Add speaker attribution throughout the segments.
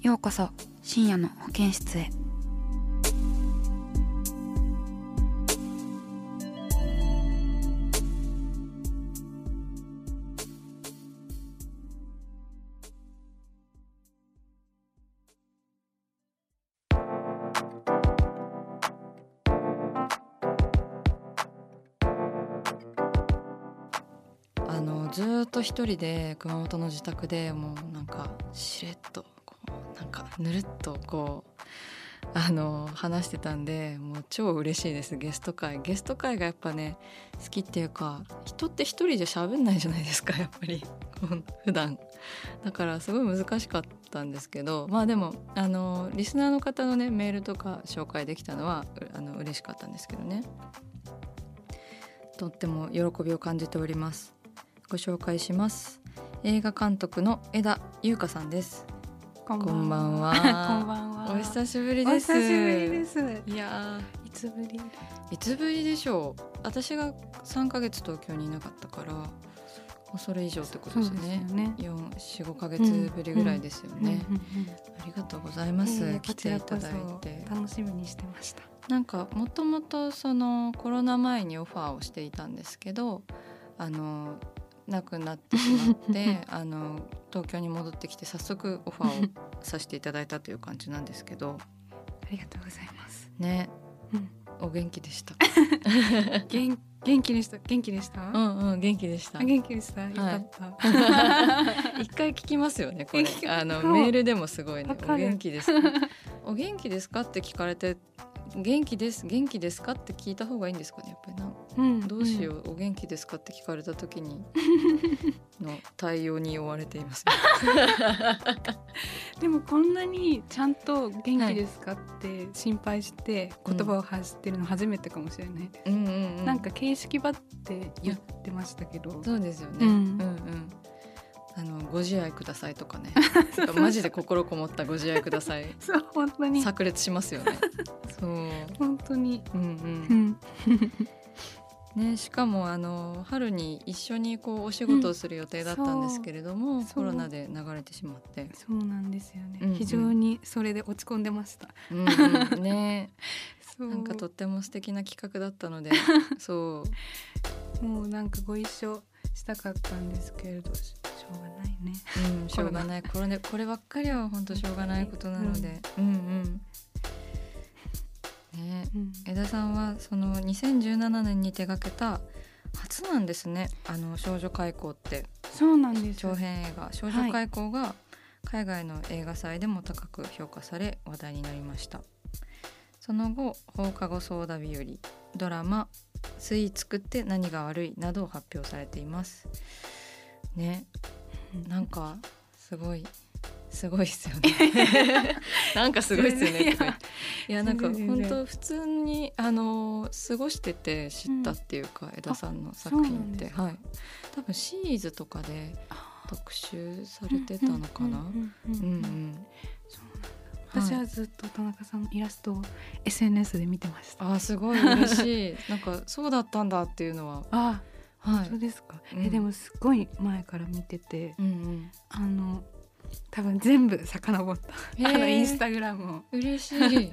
Speaker 1: ようこそ深夜の保健室へ
Speaker 2: あのずーっと一人で熊本の自宅でもうなんかしれっとこうなんかぬるっとこうあの話してたんでもう超嬉しいですゲスト会ゲスト会がやっぱね好きっていうか人って一人じゃ喋んないじゃないですかやっぱりこう普段だからすごい難しかったんですけどまあでもあのリスナーの方のねメールとか紹介できたのはうあの嬉しかったんですけどねとっても喜びを感じておりますご紹介します映画監督の江田優香さんです
Speaker 3: こん
Speaker 2: こんばんは
Speaker 3: こん ばんは。
Speaker 2: お久しぶりです
Speaker 3: お久しぶりです。
Speaker 2: いや
Speaker 3: いつぶり？
Speaker 2: ーいつぶりでしょう私が3ヶ月東京にいなかったからもうそれ以上ってことですよね
Speaker 3: ね。
Speaker 2: 45ヶ月ぶりぐらいですよね、
Speaker 3: うんうん
Speaker 2: ありがとうございます、
Speaker 3: ええ
Speaker 2: 来ていただいて
Speaker 3: こちらこそ楽しみにしてました。
Speaker 2: なんかもともとそのコロナ前にオファーをしていたんですけどあのなくなってしまって あの東京に戻ってきて早速オファーをさせていただいたという感じなんですけど
Speaker 3: ありがとうございます。
Speaker 2: ね、
Speaker 3: うん
Speaker 2: お元気でした。
Speaker 3: 元元気でした。元気でした。
Speaker 2: う
Speaker 3: あ
Speaker 2: んうん元気でした。
Speaker 3: 元気でした。よかった。
Speaker 2: 一回聞きますよねこれ
Speaker 3: 聞き
Speaker 2: あの
Speaker 3: そう
Speaker 2: メールでもすごいね
Speaker 3: わ
Speaker 2: 「
Speaker 3: か
Speaker 2: お
Speaker 3: る
Speaker 2: 元気ですか? 」お元気ですかって聞かれて「元気です元気ですか?」って聞いた方がいいんですかねやっぱりなん
Speaker 3: うん
Speaker 2: どうし
Speaker 3: う
Speaker 2: よう、お元気ですかって聞かれた時 にの対応に追われています、
Speaker 3: ん。でもこんなにちゃんと元気ですかって心配して言葉を発してるの初めてかもしれないで
Speaker 2: う
Speaker 3: す。
Speaker 2: んうんうん、
Speaker 3: なんか形式ばって言ってましたけど。
Speaker 2: そうですよね、う、
Speaker 3: うんん
Speaker 2: うんあのご自愛くださいとか ねなんかマジで心こもったご自愛ください
Speaker 3: そう本当に
Speaker 2: 炸裂します よねそう
Speaker 3: 本当に。
Speaker 2: うん
Speaker 3: う
Speaker 2: うん
Speaker 3: ん。
Speaker 2: ねしかもあの春に一緒にこうお仕事をする予定だったんですけれども、
Speaker 3: うんそう
Speaker 2: コロナで流れてしまって
Speaker 3: そうなんですよね、
Speaker 2: うんうん
Speaker 3: 非常にそれで落ち込んでました
Speaker 2: うんうんね
Speaker 3: そう
Speaker 2: なんかとっても素敵な企画だった のでそう
Speaker 3: もうなんかご一緒したかったんですけれどししょうがないね
Speaker 2: うん、しょうがないこれねこればっかりは本当しょうがないことなので、うん、うんね
Speaker 3: うん
Speaker 2: 江田さんはその2017年に手がけた初なんですねあの少女開校って
Speaker 3: そうなんです
Speaker 2: 長編映画少女開校が海外の映画祭でも高く評価され話題になりましたその後放課後ソーダ日和ドラマ「スイーツ食って何が悪い」などを発表されていますねなんかすごいすごいですよ ねなんかすごいですよねとか言って いやなんか
Speaker 3: 全然全
Speaker 2: 本
Speaker 3: 然
Speaker 2: 当普通にあの過ごしてて知ったっていうか、江田さんの作
Speaker 3: そう
Speaker 2: 品
Speaker 3: な
Speaker 2: っ
Speaker 3: ん
Speaker 2: て、
Speaker 3: です
Speaker 2: はい、多分シリーズとかで特集されてたのかな。
Speaker 3: うんう
Speaker 2: う
Speaker 3: んうんん
Speaker 2: う
Speaker 3: うんん
Speaker 2: い
Speaker 3: 私はずっと田中さんのイラストを SNS で見てましたあ
Speaker 2: あーすごい嬉しい なんかそうだったんだっていうのは
Speaker 3: あ、
Speaker 2: はい
Speaker 3: そうですか、
Speaker 2: う
Speaker 3: え
Speaker 2: ん
Speaker 3: でもすごい前から見てて
Speaker 2: うんうん
Speaker 3: あの多分全部遡った、
Speaker 2: へー
Speaker 3: あのインスタグラムを
Speaker 2: 嬉しい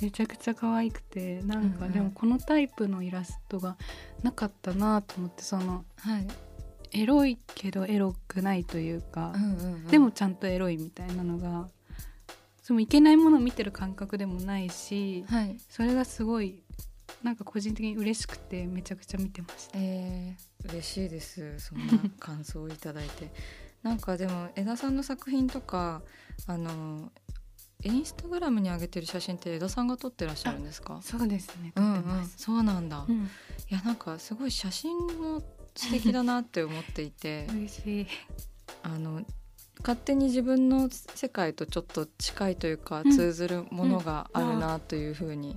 Speaker 3: めちゃくちゃ可愛くてなん
Speaker 2: うん
Speaker 3: か
Speaker 2: うん
Speaker 3: でもこのタイプのイラストがなかったなと思ってその
Speaker 2: はい、
Speaker 3: エロいけどエロくないというか、
Speaker 2: うんうんうん
Speaker 3: でもちゃんとエロいみたいなのがそのいけないものを見てる感覚でもないし
Speaker 2: はい
Speaker 3: それがすごいなんか個人的に嬉しくてめちゃくちゃ見てました
Speaker 2: えー、嬉しいですそんな感想をいただい てなんかでも江田さんの作品とかあのインスタグラムに上げてる写真って江田さんが撮ってらっしゃるんですか
Speaker 3: そうですね
Speaker 2: う
Speaker 3: 撮
Speaker 2: ん
Speaker 3: っ
Speaker 2: う
Speaker 3: て
Speaker 2: ん
Speaker 3: ます、
Speaker 2: そうなんだ、
Speaker 3: う
Speaker 2: い
Speaker 3: ん
Speaker 2: やなんかすごい写真も素敵だなって思っていて
Speaker 3: 嬉しい
Speaker 2: あの勝手に自分の世界とちょっと近いというか、
Speaker 3: うん
Speaker 2: 通ずるものがあるなというふうに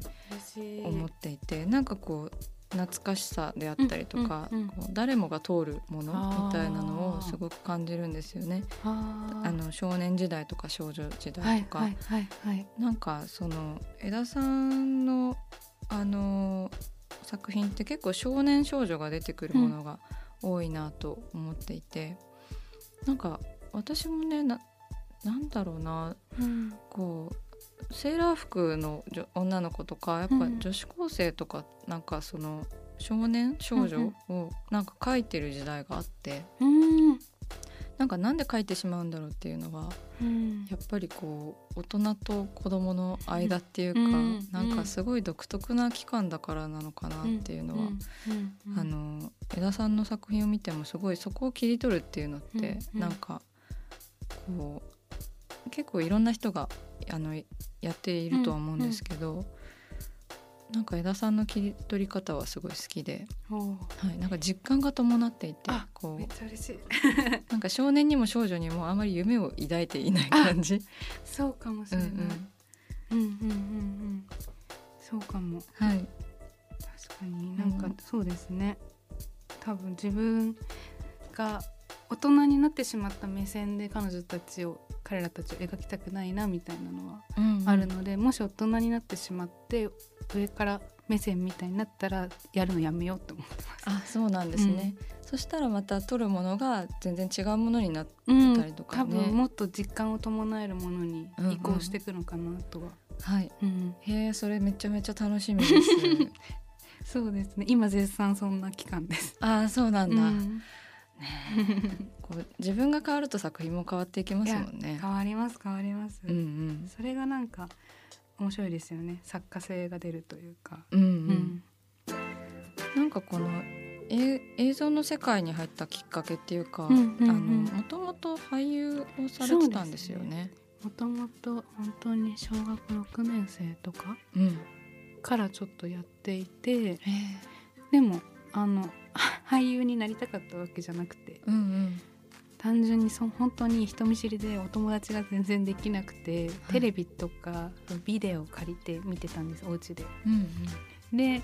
Speaker 3: 嬉しい
Speaker 2: 思っていて、なんかこう懐かしさであったりとか、
Speaker 3: うんうんうん
Speaker 2: こう誰もが通るものみたいなの
Speaker 3: あ
Speaker 2: を
Speaker 3: ー
Speaker 2: すごく感じるんですよね。
Speaker 3: あ
Speaker 2: あの少年時代とか少女時
Speaker 3: は
Speaker 2: 代
Speaker 3: い
Speaker 2: とか、
Speaker 3: はいはいはい
Speaker 2: なんかその江田さんのあの作品って結構少年少女が出てくるものが多いなと思っていて、なんか私もねななんだろうな
Speaker 3: うん
Speaker 2: こうセーラー服の女女の子とかやっぱ
Speaker 3: うん
Speaker 2: 女子高生とか、なんかその少年少女をなんか描いてる時代があって
Speaker 3: うん
Speaker 2: なんかなんで描いてしまうんだろうっていうのは
Speaker 3: うん
Speaker 2: やっぱりこう大人と子どもの間っていうか、
Speaker 3: うん
Speaker 2: なんかすごい独特な期間だからなのかなっていうのは、
Speaker 3: うんうん
Speaker 2: あの江田さんの作品を見てもすごいそこを切り取るっていうのって、
Speaker 3: うん
Speaker 2: なんかこう結構いろんな人があのやっているとは思うんですけど、なんか江田さんの切り取り方はすごい好きで、
Speaker 3: おー
Speaker 2: はい、なんか実感が伴っていて
Speaker 3: あ
Speaker 2: こ
Speaker 3: めっ
Speaker 2: う
Speaker 3: ちゃ嬉しい
Speaker 2: なんか少年にも少女にもあまり夢を抱いていない感じ。
Speaker 3: そうかもし
Speaker 2: うん
Speaker 3: れ
Speaker 2: う
Speaker 3: ない、
Speaker 2: ん
Speaker 3: うんうんうんうんそうかも
Speaker 2: はい、
Speaker 3: 確かになんか
Speaker 2: うん
Speaker 3: そうですね、多分自分が大人になってしまった目線で彼女たちを彼らたちを描きたくないなみたいなのはあるので、もし大人になってしまって上から目線みたいになったらやるのやめようと思ってます。
Speaker 2: あそうなんですね、そしたらまた撮るものが全然違うものになって
Speaker 3: うん
Speaker 2: たりとか
Speaker 3: 多
Speaker 2: ね
Speaker 3: 分もっと実感を伴えるものに
Speaker 2: う
Speaker 3: 移
Speaker 2: んう
Speaker 3: 行
Speaker 2: ん
Speaker 3: していくのかなとは、
Speaker 2: はい
Speaker 3: うん
Speaker 2: へえそれめちゃめちゃ楽しみです
Speaker 3: そうですね今絶賛そんな期間です。
Speaker 2: ああそうなんだ、
Speaker 3: うん
Speaker 2: こう自分が変わると作品も変わっていきますもんね
Speaker 3: 変わります変わります。
Speaker 2: うんうん
Speaker 3: それがなんか面白いですよね作家性が出るというか、
Speaker 2: うんう、
Speaker 3: うん
Speaker 2: なんかこのえ映像の世界に入ったきっかけっていうか、
Speaker 3: うんうんうん
Speaker 2: あのもともと俳優をされてたんですよね。
Speaker 3: もともと本当に小学6年生とか
Speaker 2: うん、
Speaker 3: からちょっとやっていて
Speaker 2: へえ
Speaker 3: でもあの 俳優になりたかったわけじゃなくて
Speaker 2: うんうん、
Speaker 3: 単純にそ本当に人見知りでお友達が全然できなくて、テレビとかビデオ借りて見てたんですお家で。
Speaker 2: うんうん、
Speaker 3: で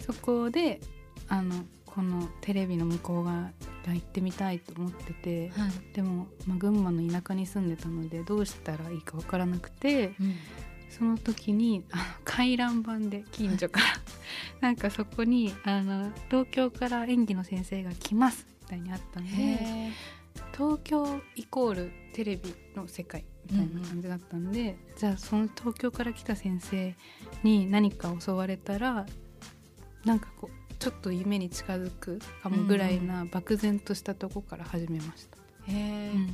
Speaker 3: そこであのこのテレビの向こう側行ってみたいと思ってて。
Speaker 2: はい、
Speaker 3: でも、まあ、群馬の田舎に住んでたのでどうしたらいいか分からなくて
Speaker 2: うん、
Speaker 3: その時にあの回覧板で近所から なんかそこにあの東京から演技の先生が来ますみたいにあったんで
Speaker 2: へえ、
Speaker 3: 東京イコールテレビの世界みたいな感じだったんで、じゃあその東京から来た先生に何か教われたらなんかこうちょっと夢に近づくかもぐらいな漠然としたとこから始めました。
Speaker 2: へえ、
Speaker 3: うん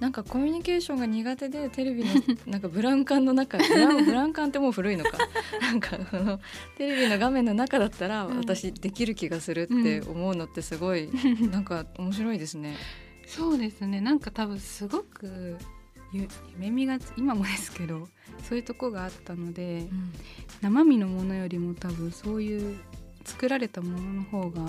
Speaker 2: なんかコミュニケーションが苦手でテレ ビのなんかブラウン管の中ブラウンブラウン管ってもう古いのか なんかこのテレビの画面の中だったら
Speaker 3: うん
Speaker 2: 私できる気がするって思うのってすごい、なんか面白いですね。
Speaker 3: そうですねなんか多分すごくゆ夢見がち今もですけどそういうとこがあったので生身のものよりも多分そういう作られたものの方が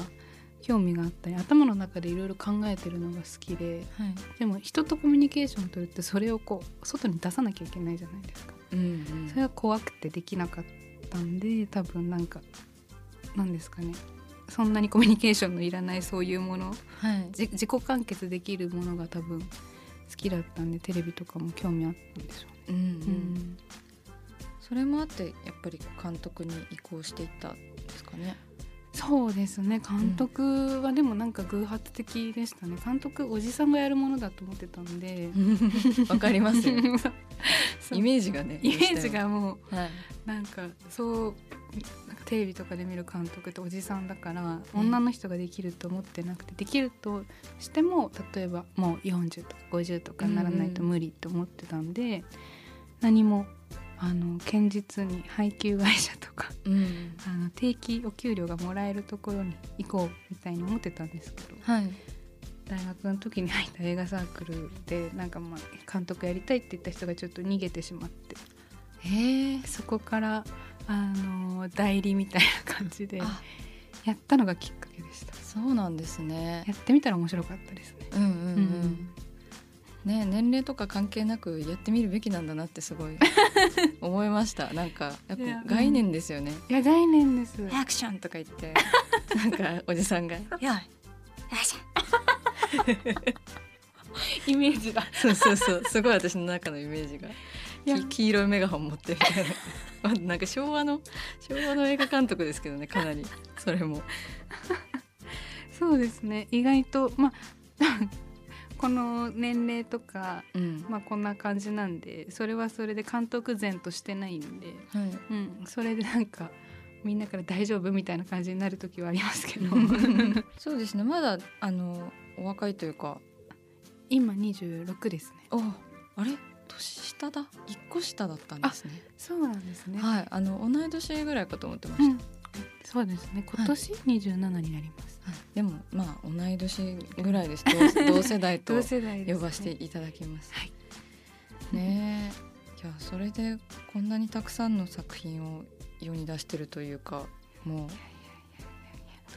Speaker 3: 興味があったり頭の中でいろいろ考えてるのが好きで
Speaker 2: はい、
Speaker 3: でも人とコミュニケーション取るってそれをこう外に出さなきゃいけないじゃないですか。
Speaker 2: うんうん
Speaker 3: それが怖くてできなかったんで多分なんかなんですかねそんなにコミュニケーションのいらないそういうもの
Speaker 2: はい
Speaker 3: じ自己完結できるものが多分好きだったんでテレビとかも興味あったんでしょ
Speaker 2: うんうん
Speaker 3: う、うん
Speaker 2: それもあってやっぱり監督に移行していったんですか ね。
Speaker 3: そうですね監督はでもなんか偶発的でしたね監督おじさんがやるものだと思ってたんで
Speaker 2: わかりますよ
Speaker 3: そう
Speaker 2: イメージがね
Speaker 3: イメージ、がもう
Speaker 2: はい、
Speaker 3: なんかそうなんかテレビとかで見る監督っておじさんだから、
Speaker 2: うん
Speaker 3: 女の人ができると思ってなくてできるとしても例えばもう40とか50とかにならないと無理と思ってたんで、何もあの堅実に配給会社とか
Speaker 2: うん
Speaker 3: あの定期お給料がもらえるところに行こうみたいに思ってたんですけど
Speaker 2: はい
Speaker 3: 大学の時に入った映画サークルでなんかまあ監督やりたいって言った人がちょっと逃げてしまって
Speaker 2: へえ
Speaker 3: そこからあの代理みたいな感じで
Speaker 2: あ
Speaker 3: やったのがきっかけでした
Speaker 2: そうなんですね
Speaker 3: やってみたら面白かったですね
Speaker 2: うんうんうん、
Speaker 3: うん
Speaker 2: ね年齢とか関係なくやってみるべきなんだなってすごい思いましたなんかやっ
Speaker 3: いや
Speaker 2: ぱ概念ですよね
Speaker 3: いや概念です
Speaker 2: 「アクション!」とか言ってなんかおじさんが「やい
Speaker 3: イメージが
Speaker 2: そうそうそうすごい私の中のイメージが
Speaker 3: や
Speaker 2: き黄色いメガホン持ってみたいなまあなんか 昭和の昭和の映画監督ですけどねかなりそれも
Speaker 3: そうですね意外とまあ この年齢とか
Speaker 2: うん、
Speaker 3: まあこんな感じなんでそれはそれで監督前としてないんで
Speaker 2: はい
Speaker 3: うん、それでなんかみんなから大丈夫みたいな感じになる時はありますけど
Speaker 2: そうですねまだあのお若いというか
Speaker 3: 今26ですね
Speaker 2: おあれ年下だ一個下だったんですね
Speaker 3: そうなんですね、
Speaker 2: はいあの同い年ぐらいかと思ってまし
Speaker 3: う
Speaker 2: た、
Speaker 3: ん、そうですね今年27になります、
Speaker 2: はいでもまあ同い年ぐらいです同 同世代と
Speaker 3: 同世代です、ね、
Speaker 2: 呼ばせていただきます
Speaker 3: はい
Speaker 2: ねえいやそれでこんなにたくさんの作品を世に出してるというかもう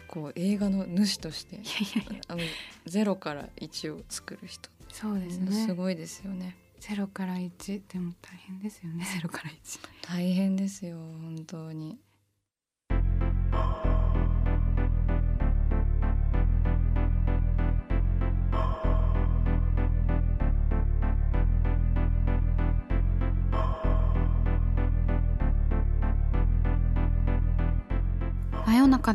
Speaker 2: こう映画の主として
Speaker 3: いやいやいや
Speaker 2: あのゼロから一を作る人
Speaker 3: そうですね
Speaker 2: すごいですよね
Speaker 3: ゼロから一でも大変ですよねゼロから一
Speaker 2: 大変ですよ本当に
Speaker 1: 真夜中